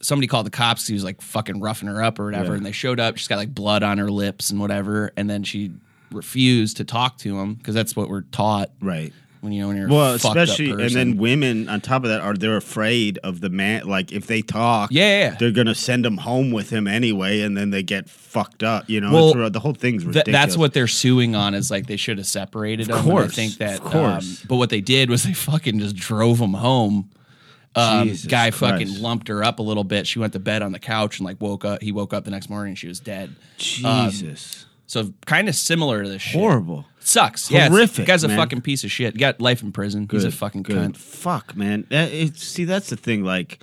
somebody called the cops. He was like fucking roughing her up or whatever. And they showed up. She's got like blood on her lips and whatever. And then she refused to talk to him because that's what we're taught Right. when you know when you're Well, a fucked up especially and person. then women on top of that are they're afraid of the man. Like if they talk, Yeah. they're gonna send him home with him anyway, and then they get fucked up. You know, Well, it's- the whole thing's Th- ridiculous. that's what they're suing on is like they should have separated them. and course, I think that. of course. um, but what they did was they fucking just drove him home. Um, Jesus guy Christ. fucking lumped her up a little bit. She went to bed on the couch and like woke up. He woke up the next morning and she was dead. Um, Jesus, So kind of similar to this shit. horrible. Sucks. Yeah, it's- Horrific, Guy's a man. fucking piece of shit. Got life in prison. He's a fucking cunt. Fuck, man. That, it, see, that's the thing. Like,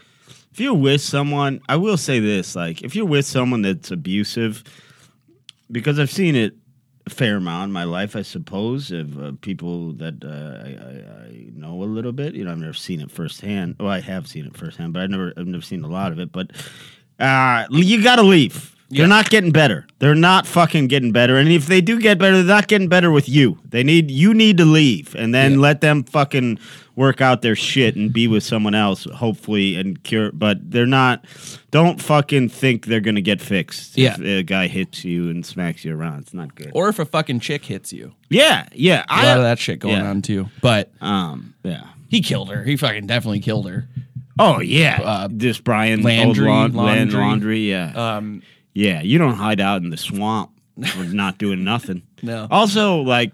if you're with someone, I will say this: like, if you're with someone that's abusive, because I've seen it a fair amount in my life, I suppose, of uh, people that uh, I, I, I know a little bit. You know, I've never seen it firsthand. Well, I have seen it firsthand, but I've never, I've never seen a lot of it. But uh, you got to leave. They're Yeah. not getting better. They're not fucking getting better. And if they do get better, they're not getting better with you. They need you need to leave and then let them fucking work out their shit and be with someone else, hopefully, and cure. But they're not. Don't fucking think they're gonna get fixed. Yeah. if a guy hits you and smacks you around. It's not good. Or if a fucking chick hits you. yeah, yeah. A lot of that shit going yeah. on too. But Um, yeah. he killed her. He fucking definitely killed her. Oh yeah. Uh, this Brian Landry, old laun- Land- Laundry. laundry. Yeah. Um, Yeah, you don't hide out in the swamp for not doing nothing. No. Also, like,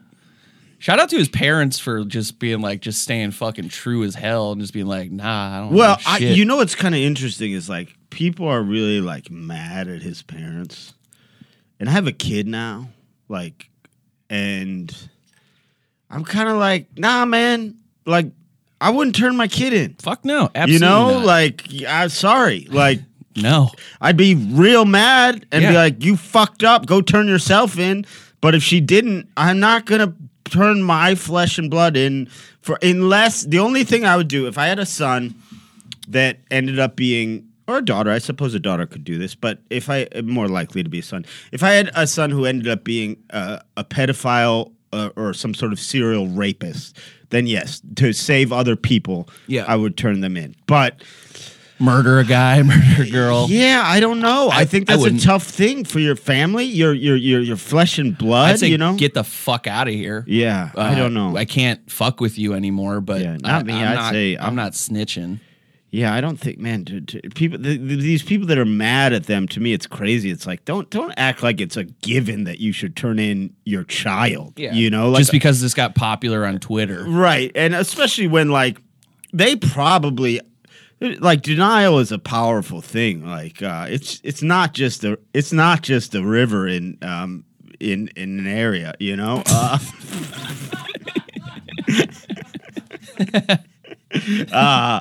Shout out to his parents for just being like, just staying fucking true as hell and just being like, nah, I don't. well, know I, Oh, shit. you know what's kind of interesting is like people are really like mad at his parents, and I have a kid now, like, and I'm kind of like, nah, man, like, I wouldn't turn my kid in. fuck no, absolutely you know, not. like, I'm sorry, like. no, I'd be real mad and Yeah. be like, "You fucked up. Go turn yourself in." But if she didn't, I'm not gonna turn my flesh and blood in for unless the only thing I would do if I had a son that ended up being or a daughter. I suppose a daughter could do this, but if I more likely to be a son, if I had a son who ended up being uh, a pedophile uh, or some sort of serial rapist, then yes, to save other people, Yeah. I would turn them in. But murder a guy, <laughs> murder a girl. yeah, I don't know. I, I- think I that's a wouldn't. tough thing for your family, your your your your flesh and blood. I'd say you know, get the fuck out of here. yeah. I Uh, don't know. I can't fuck with you anymore. But Yeah, I, not me. am I'd not, say I'm- I'm not snitching. yeah, I don't think, man. To, to, people, th th these people that are mad at them, to me, it's crazy. It's like don't don't act like it's a given that you should turn in your child. you know, like Mm, just because this got popular on Twitter. Right. And especially when like they probably like denial is a powerful thing. Like uh it's it's not just a it's not just a river in um in in an area, you know? Uh <laughs> uh,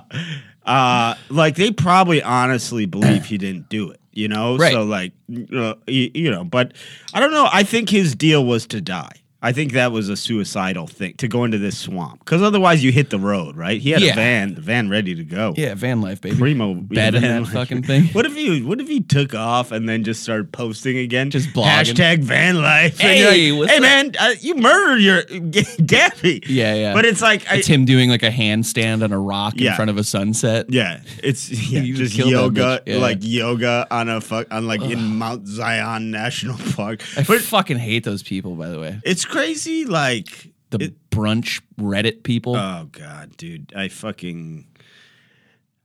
uh, like they probably honestly believe he didn't do it, you know. Right. So like, uh, you, you know, but I don't know. I think his deal was to die. I think that was a suicidal thing to go into this swamp because otherwise you hit the road, right? He had a Yeah. van, the van ready to go. Yeah, van life, baby. Primo Bed in van that life. <laughs> fucking thing. What if he what if he took off and then just started posting again? Just blogging. Hashtag van life. And Hey, you're like, what's hey up?" man, uh, you murdered your <laughs> Gabby. Yeah, yeah. But it's like I, It's him doing like a handstand on a rock Yeah. in front of a sunset. Yeah, <laughs> it's yeah, You just killed that yoga, bitch. Yeah. like yoga on a fuck on like in Mount Zion National <laughs> Park. I But fucking hate those people, by the way. it's crazy, like The it- brunch Reddit people. oh god, dude, I fucking,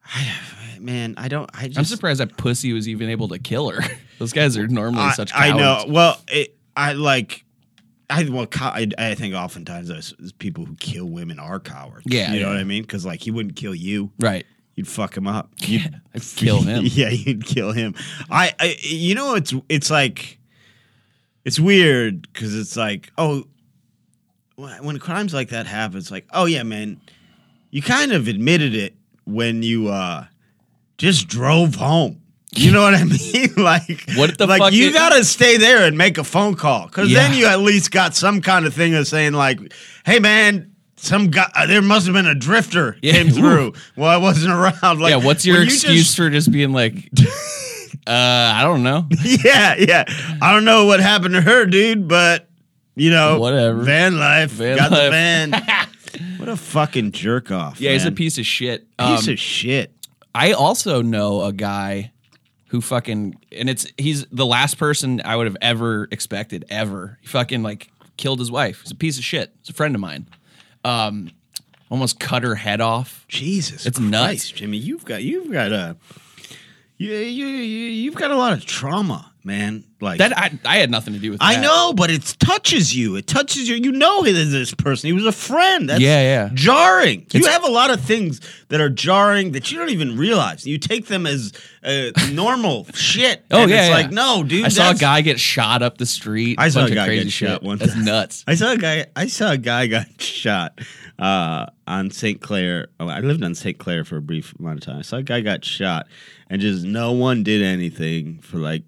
I man, I don't, I just, I'm surprised that pussy was even able to kill her. <laughs> Those guys are normally I, such I cowards. know. Well, it, I like. I well, cow- I, I think oftentimes those people who kill women are cowards. Yeah, you know yeah. what I mean. Because like he wouldn't kill you, Right. you'd fuck him up. You'd I'd <laughs> kill him. yeah, you'd kill him. I, I you know, it's it's like it's weird because it's like oh, when when crimes like that happen, it's like oh yeah, man, you kind of admitted it when you uh just drove home. You know what I <laughs> mean? like What the like fuck you is- gotta stay there and make a phone call because then Yeah. you at least got some kind of thing of saying like, hey man. Some guy, uh, there must have been a drifter Yeah. <laughs> came through. Well, I wasn't <laughs> around. Like, yeah, what's your when you excuse just- for just being like, <laughs> uh, I don't know. yeah, yeah. I don't know what happened to her, dude, but you know, Whatever. Van life. Van got the life. <laughs> van. what a fucking jerk off. Yeah, he's a man. piece of shit. piece Um, of shit. I also know a guy who fucking and it's he's the last person I would have ever expected ever. He fucking like killed his wife. He's a piece of shit. He's a friend of mine. Um, almost cut her head off. Jesus, It's nuts. Christ, Jimmy. You've got you've got a you, you, you you've got a lot of trauma, man. Like That I, I had nothing to do with. I that. know, but it touches you. It touches you. You know he- this person. He was a friend. That's Yeah, yeah. jarring. you It's- have a lot of things that are jarring that you don't even realize. You take them as uh, normal <laughs> shit. Oh and yeah, it's yeah. like no, dude. I saw a that's- guy get shot up the street. I saw Bunch a of guy crazy get shit. shot one That's time. nuts. I saw a guy. I saw a guy <laughs> got shot uh, on St. Clair. Oh, I lived on St. Clair for a brief amount of time. I saw a guy got shot, and just no one did anything for like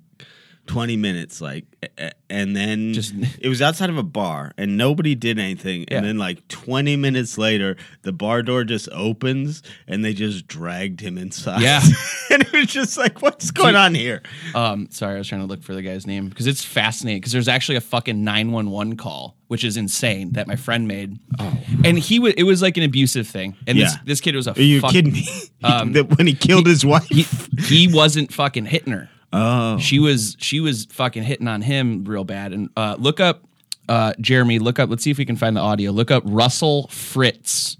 twenty minutes. Like, a- a- and then Just- it was outside of a bar, and nobody did anything. Yeah. And then like twenty minutes later, the bar door just opens, and they just dragged him inside. Yeah. <laughs> and it was just like, what's going on here? Um, sorry, I was trying to look for the guy's name because it's fascinating. Because there's actually a fucking nine one one call, which is insane that my friend made. Oh, and he was it was like an abusive thing, and this Yeah. this kid was a. Are you fuck- kidding me? <laughs> Um, That when he killed his wife. He, he wasn't fucking hitting her. Oh, She was she was fucking hitting on him real bad. And uh, look up uh, Jeremy. Look up. Let's see if we can find the audio. Look up Russell Fritz,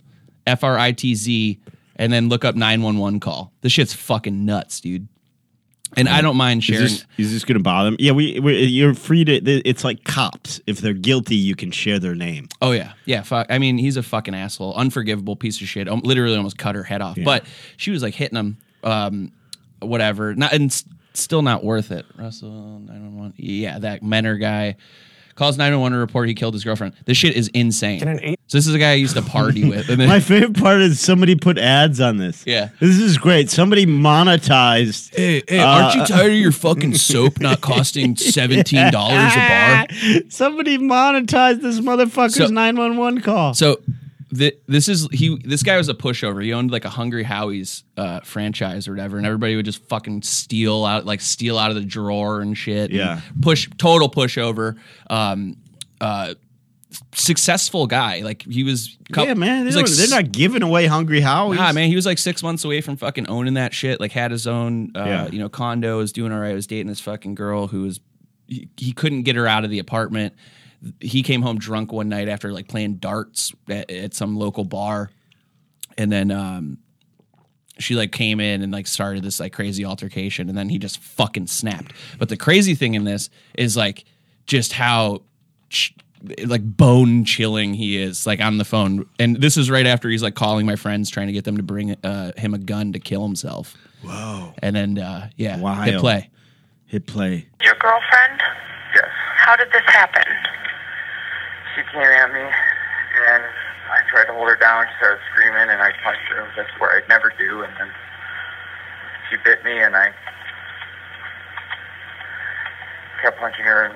F R I T Z, and then look up nine one one call. This shit's fucking nuts, dude. And I don't mind is sharing. this, is this gonna bother me? Yeah, we, we you're free to. It's like cops. If they're guilty, you can share <laughs> their name. Oh yeah, yeah. Fuck. I mean, he's a fucking asshole, unforgivable piece of shit. Um, literally almost cut her head off. But she was like hitting him, um, whatever. Not and s- still not worth it. Russell nine one one. Yeah, that Menor guy calls nine one one to report he killed his girlfriend. This shit is insane. so this is a guy I used to party with. And then, <laughs> My favorite part is somebody put ads on this. Yeah. this is great. Somebody <laughs> <laughs> monetized. hey, hey, aren't you tired of your fucking soap not costing seventeen dollars a bar? Somebody monetized this So- motherfucker's nine one one call. So th- this is he. This guy was a pushover. He owned like a Hungry Howie's uh, franchise or whatever, and everybody would just fucking steal out, like steal out of the drawer and shit. and Yeah. push total pushover. Um, uh, successful guy. Like he was. cou- yeah, man, he they was, don't- they're s- not giving away Hungry Howie's. Nah, man, he was like six months away from fucking owning that shit. Like, had his own, uh, Yeah. you know, condo. Was doing all right. Was dating this fucking girl who was, he, he couldn't get her out of the apartment. He came home drunk one night after like playing darts at, at some local bar, and then um, she like came in and like started this like crazy altercation, and then he just fucking snapped. But the crazy thing in this is like just how. ch- like bone chilling he is like on the phone and this is right after he's like calling my friends trying to get them to bring uh, him a gun to kill himself whoa and then uh yeah Wild. hit play Hit play. Your girlfriend? Yes. How did this happen? She came at me, and I tried to hold her down. She started screaming, and I punched her, which is what I'd never do. And then she bit me, and I kept punching her, and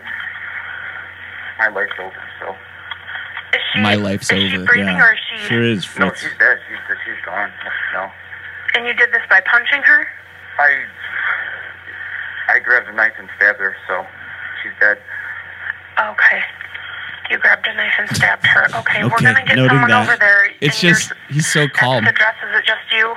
my leg's open. So Is she, My life's is She over, breathing Yeah, or is she? sure is. no, Fritz. she's dead. She's she's gone. No, And you did this by punching her? I I grabbed a knife and stabbed her, so she's dead. Okay. You grabbed a knife and stabbed her. Okay, we're Okay, gonna get noting someone that. over there. it's and just you're- he's so calm That's the dress. Is it just you?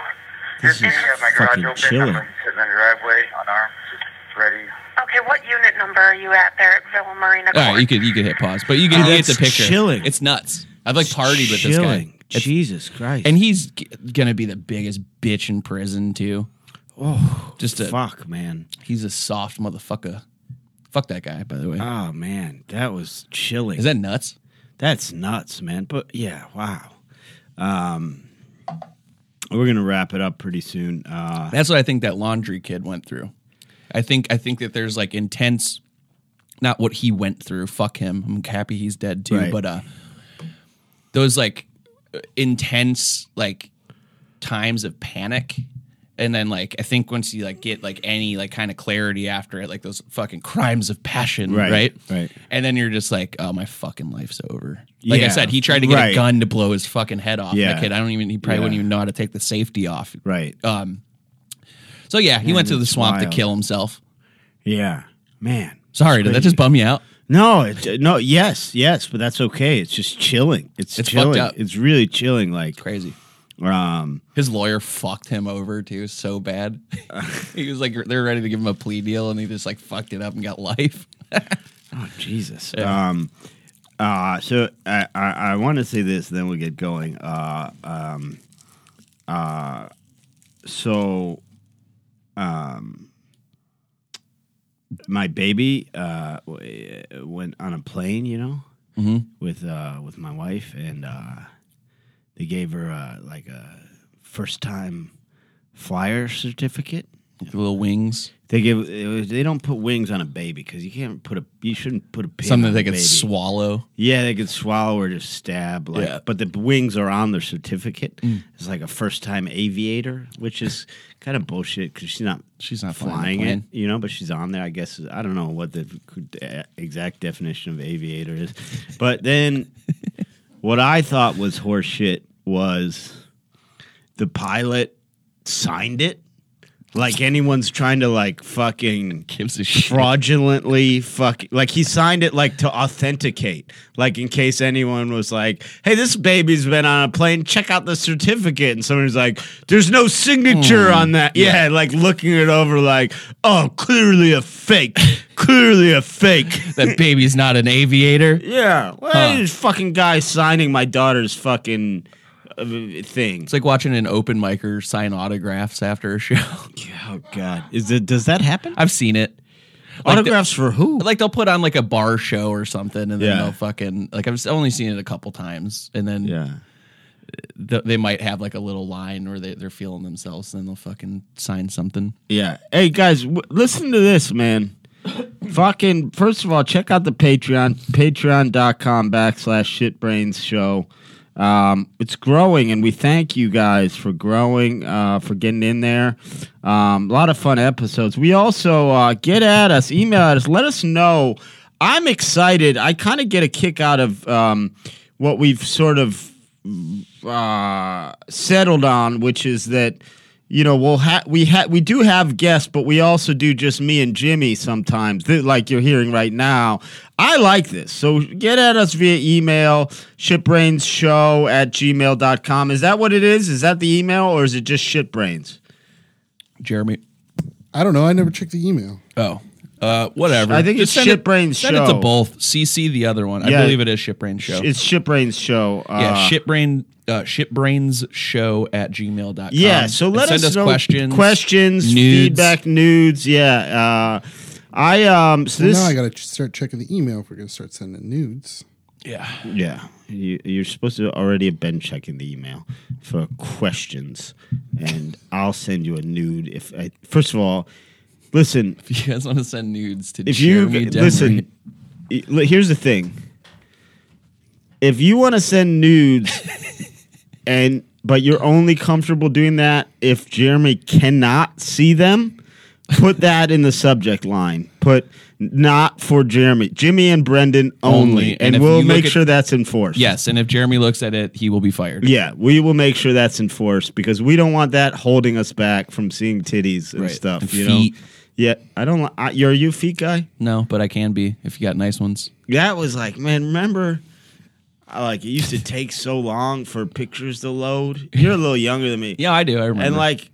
This Just is have my garage fucking open. chilling. I'm sitting in the driveway, unarmed, just ready. Okay, what unit number are you at there at Villa Marina all Court? right you could you could hit pause but you can you get the that's picture chilling. it's nuts i've like partied with this guy Chilling. It's- Jesus Christ. and he's g- gonna be the biggest bitch in prison too oh just a fuck, man. he's a soft motherfucker fuck that guy by the way Oh man, that was chilling. is that nuts That's nuts, man. But yeah, wow. Um, we're gonna wrap it up pretty soon. Uh, That's what I think that laundry kid went through. I think I think that there's like intense, not what he went through. Fuck him. I'm happy he's dead too. Right. But uh, those like intense like times of panic, and then like I think once you like get like any like kind of clarity after it, like those fucking crimes of passion, Right, right? right. And then you're just like, oh my fucking life's over. Like I Yeah, said, he tried to get right. a gun to blow his fucking head off. Yeah. That kid, I don't even. He probably Yeah. wouldn't even know how to take the safety off. right. Um, so yeah, he went to the it's swamp wild. to kill himself. yeah, man. Sorry, did that just bum you out? No, it, no. Yes, yes. But that's okay. It's just chilling. It's, It's fucked chilling. up. It's really chilling. Like, Crazy. um, His lawyer fucked him over too, so bad. <laughs> he was like, they're ready to give him a plea deal, and he just like fucked it up and got life. oh Jesus. Yeah. Um, Uh, so I, I, I want to say this, then we'll get going. Uh, um, uh, so, um, my baby uh, w- uh, went on a plane, you know, with uh, with my wife, and uh, they gave her uh, like a first time flyer certificate. With the little wings, They give it was- they don't put wings on a baby because you can't put a you shouldn't put a pin something on they a could baby. swallow. Yeah, they could swallow or just stab. Like, Yeah. Mm. but the wings are on their certificate. It's like a first-time aviator, which is kind of bullshit because she's not She's not flying flying the it, plane. you know. But she's on there. I guess I don't know what the uh, exact definition of aviator is. But then, <laughs> what I thought was horseshit was the pilot signed it. Like anyone's trying to like fucking Gives a shit. fraudulently fuck like he signed it like to authenticate like in case anyone was like hey this baby's been on a plane check out the certificate and somebody's like there's no signature on that Hmm. yeah. like looking it over like oh clearly a fake clearly a fake That baby's not an aviator. yeah well Huh. this fucking guy signing my daughter's fucking uh, thing It's like watching an open micer sign autographs after a show. <laughs> oh god is it does that happen I've seen it. Like the- autographs for who like they'll put on like a bar show or something, and then Yeah. they'll fucking like I've s- only seen it a couple times, and then yeah th- they might have like a little line where they, they're feeling themselves, and then they'll fucking sign something. Yeah. Hey guys, w- listen to this, man. Fucking first of all, check out the Patreon, patreon.com backslash shitbrains show. Um, it's growing and we thank you guys for growing, uh, for getting in there. Um, a lot of fun episodes. We also uh, get at us, email at us, let us know. I'm excited. I kind of get a kick out of um, what we've sort of uh, settled on, which is that you know we'll ha- we ha- we do have guests, but we also do just me and Jimmy sometimes, th- like you're hearing right now. I like this. So get at us via email, shitbrainshow at gmail.com. Is that what it is? Is that the email or is it just shitbrains? Jeremy, I don't know. I never checked the email. oh, uh, whatever. I think Just it's send it- Shitbrains Send it to Show. both. CC the other one. Yeah. I believe it is Shipbrain Show. It's shitbrains show. Uh, yeah, shipbrain uh, shipbrains show at gmail.com. Yeah, so And let send us, know questions, questions, nudes. feedback, nudes. Yeah, uh, I um. So Well, this now I got to start checking the email if we're going to start sending nudes. Yeah, Yeah. You, you're supposed to already have been checking the email for questions, and I'll send you a nude. If I, first of all, listen, if <laughs> you guys want to send nudes to if Jeremy you Denver, listen, y- li- here's the thing. If you want to send nudes, <laughs> and but you're only comfortable doing that if Jeremy cannot see them, put that in the subject line. Put not for Jeremy, Jimmy and Brendan only, Only. And and, if you we'll look make at- sure that's enforced. yes, and if Jeremy looks at it, he will be fired. Yeah, we will make sure that's enforced because we don't want that holding us back from seeing titties and Right. stuff. And you feet. know. Yeah, I don't. li- I, you're you feet guy. No, but I can be if you got nice ones. That was like, man, remember? I like it used to take so long for pictures to load. You're a little younger than me. Yeah, I do. I remember. and like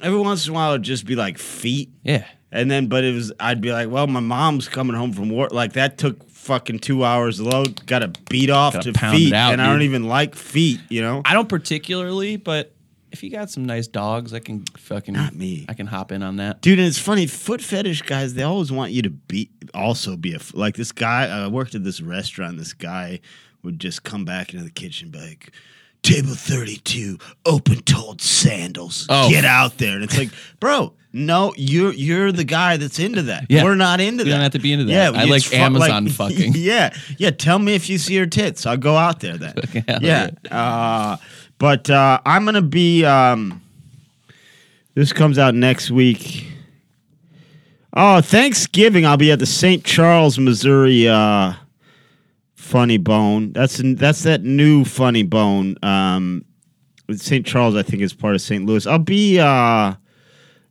every once in a while it'd just be like feet, yeah, and then but it was I'd be like, well, my mom's coming home from work. Like that took fucking two hours to load. Got to beat off Gotta to pound it feet, out, and I don't dude. even like feet. You know. I don't particularly, but if you got some nice dogs, I can fucking Not me. I can hop in on that. Dude, and it's funny. Foot fetish guys, they always want you to be also be a f- like this guy. I worked at this restaurant. This guy would just come back into the kitchen, and be like, "Table thirty-two, open toed sandals. Oh. Get out there!" And it's like, <laughs> bro, no, you're you're the guy that's into that. Yeah. We're not into We that. don't have to be into that. I it's like <laughs> Amazon fucking. yeah, yeah. Tell me if you see her tits. I'll go out there then. hell yeah. Uh, but uh, I'm gonna be. Um, this comes out next week. Oh, Thanksgiving! I'll be at the St. Charles, Missouri uh, Funny Bone. That's that's that new Funny Bone. Um, St. Charles, I think, is part of St. Louis. I'll be uh,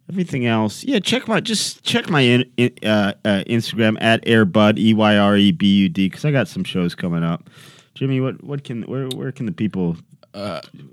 everything else. Yeah, check my just check my in, in, uh, uh, Instagram at Airbud E Y R E B U D because I got some shows coming up. Jimmy, what what can where where can the people?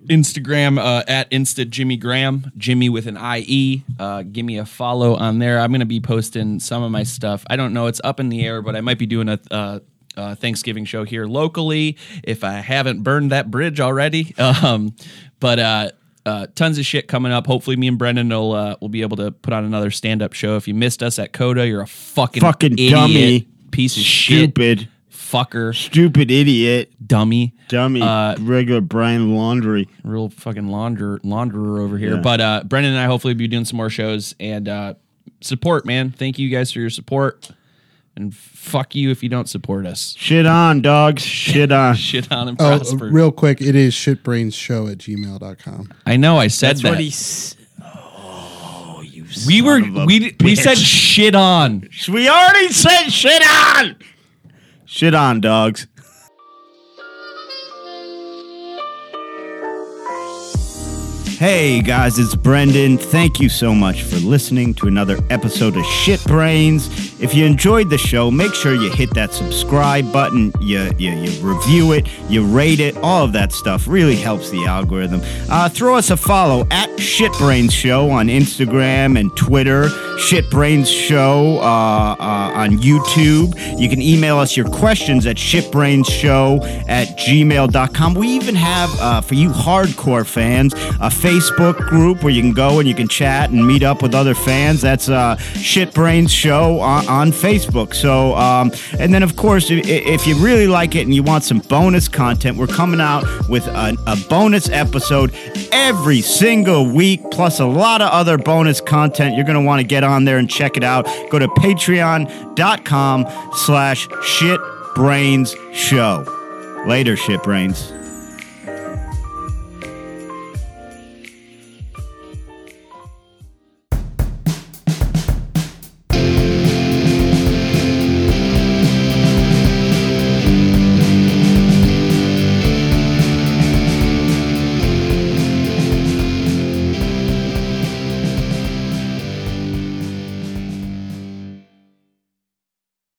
Instagram uh, at Insta Jimmy Graham, Jimmy with an I E. Uh, give me a follow on there. I'm gonna be posting some of my stuff. I don't know; it's up in the air, but I might be doing a uh, uh, Thanksgiving show here locally. If I haven't burned that bridge already, <laughs> um, but uh, uh, tons of shit coming up. Hopefully, me and Brendan will uh, will be able to put on another stand up show. If you missed us at Coda, you're a fucking Fucking idiot, dummy. piece of shit, Stupid, fucker, Stupid idiot, dummy, dummy, Uh, regular Brian Laundry. real fucking launder launderer over here. But uh, Brendan and I hopefully be doing some more shows and uh, support, man. Thank you guys for your support. And fuck you if you don't support us. <laughs> Shit on, dogs. Shit on. Shit on and Oh, prosper. real quick, it is shitbrainshow at gmail.com. I know I said That's that. what he. s- Oh, you. we son were of a we we said bitch. shit on. We already said shit on. Shit on, dogs. Hey guys, it's Brendan. Thank you so much for listening to another episode of Shit Brains. If you enjoyed the show, make sure you hit that subscribe button, you, you, you review it, you rate it, all of that stuff really helps the algorithm. Uh, throw us a follow at Shit Brains Show on Instagram and Twitter, Shit Brains Show uh, uh, on YouTube. You can email us your questions at shitbrainshow at gmail.com. We even have, uh, for you hardcore fans, a Facebook group where you can go and you can chat and meet up with other fans. That's uh, Shit Brains Show on, on Facebook. So, um, and then of course, if, if you really like it and you want some bonus content, we're coming out with a, a bonus episode every single week, plus a lot of other bonus content. You're going to want to get on there and check it out. Go to patreon.com slash shitbrainshow. Later, shitbrains.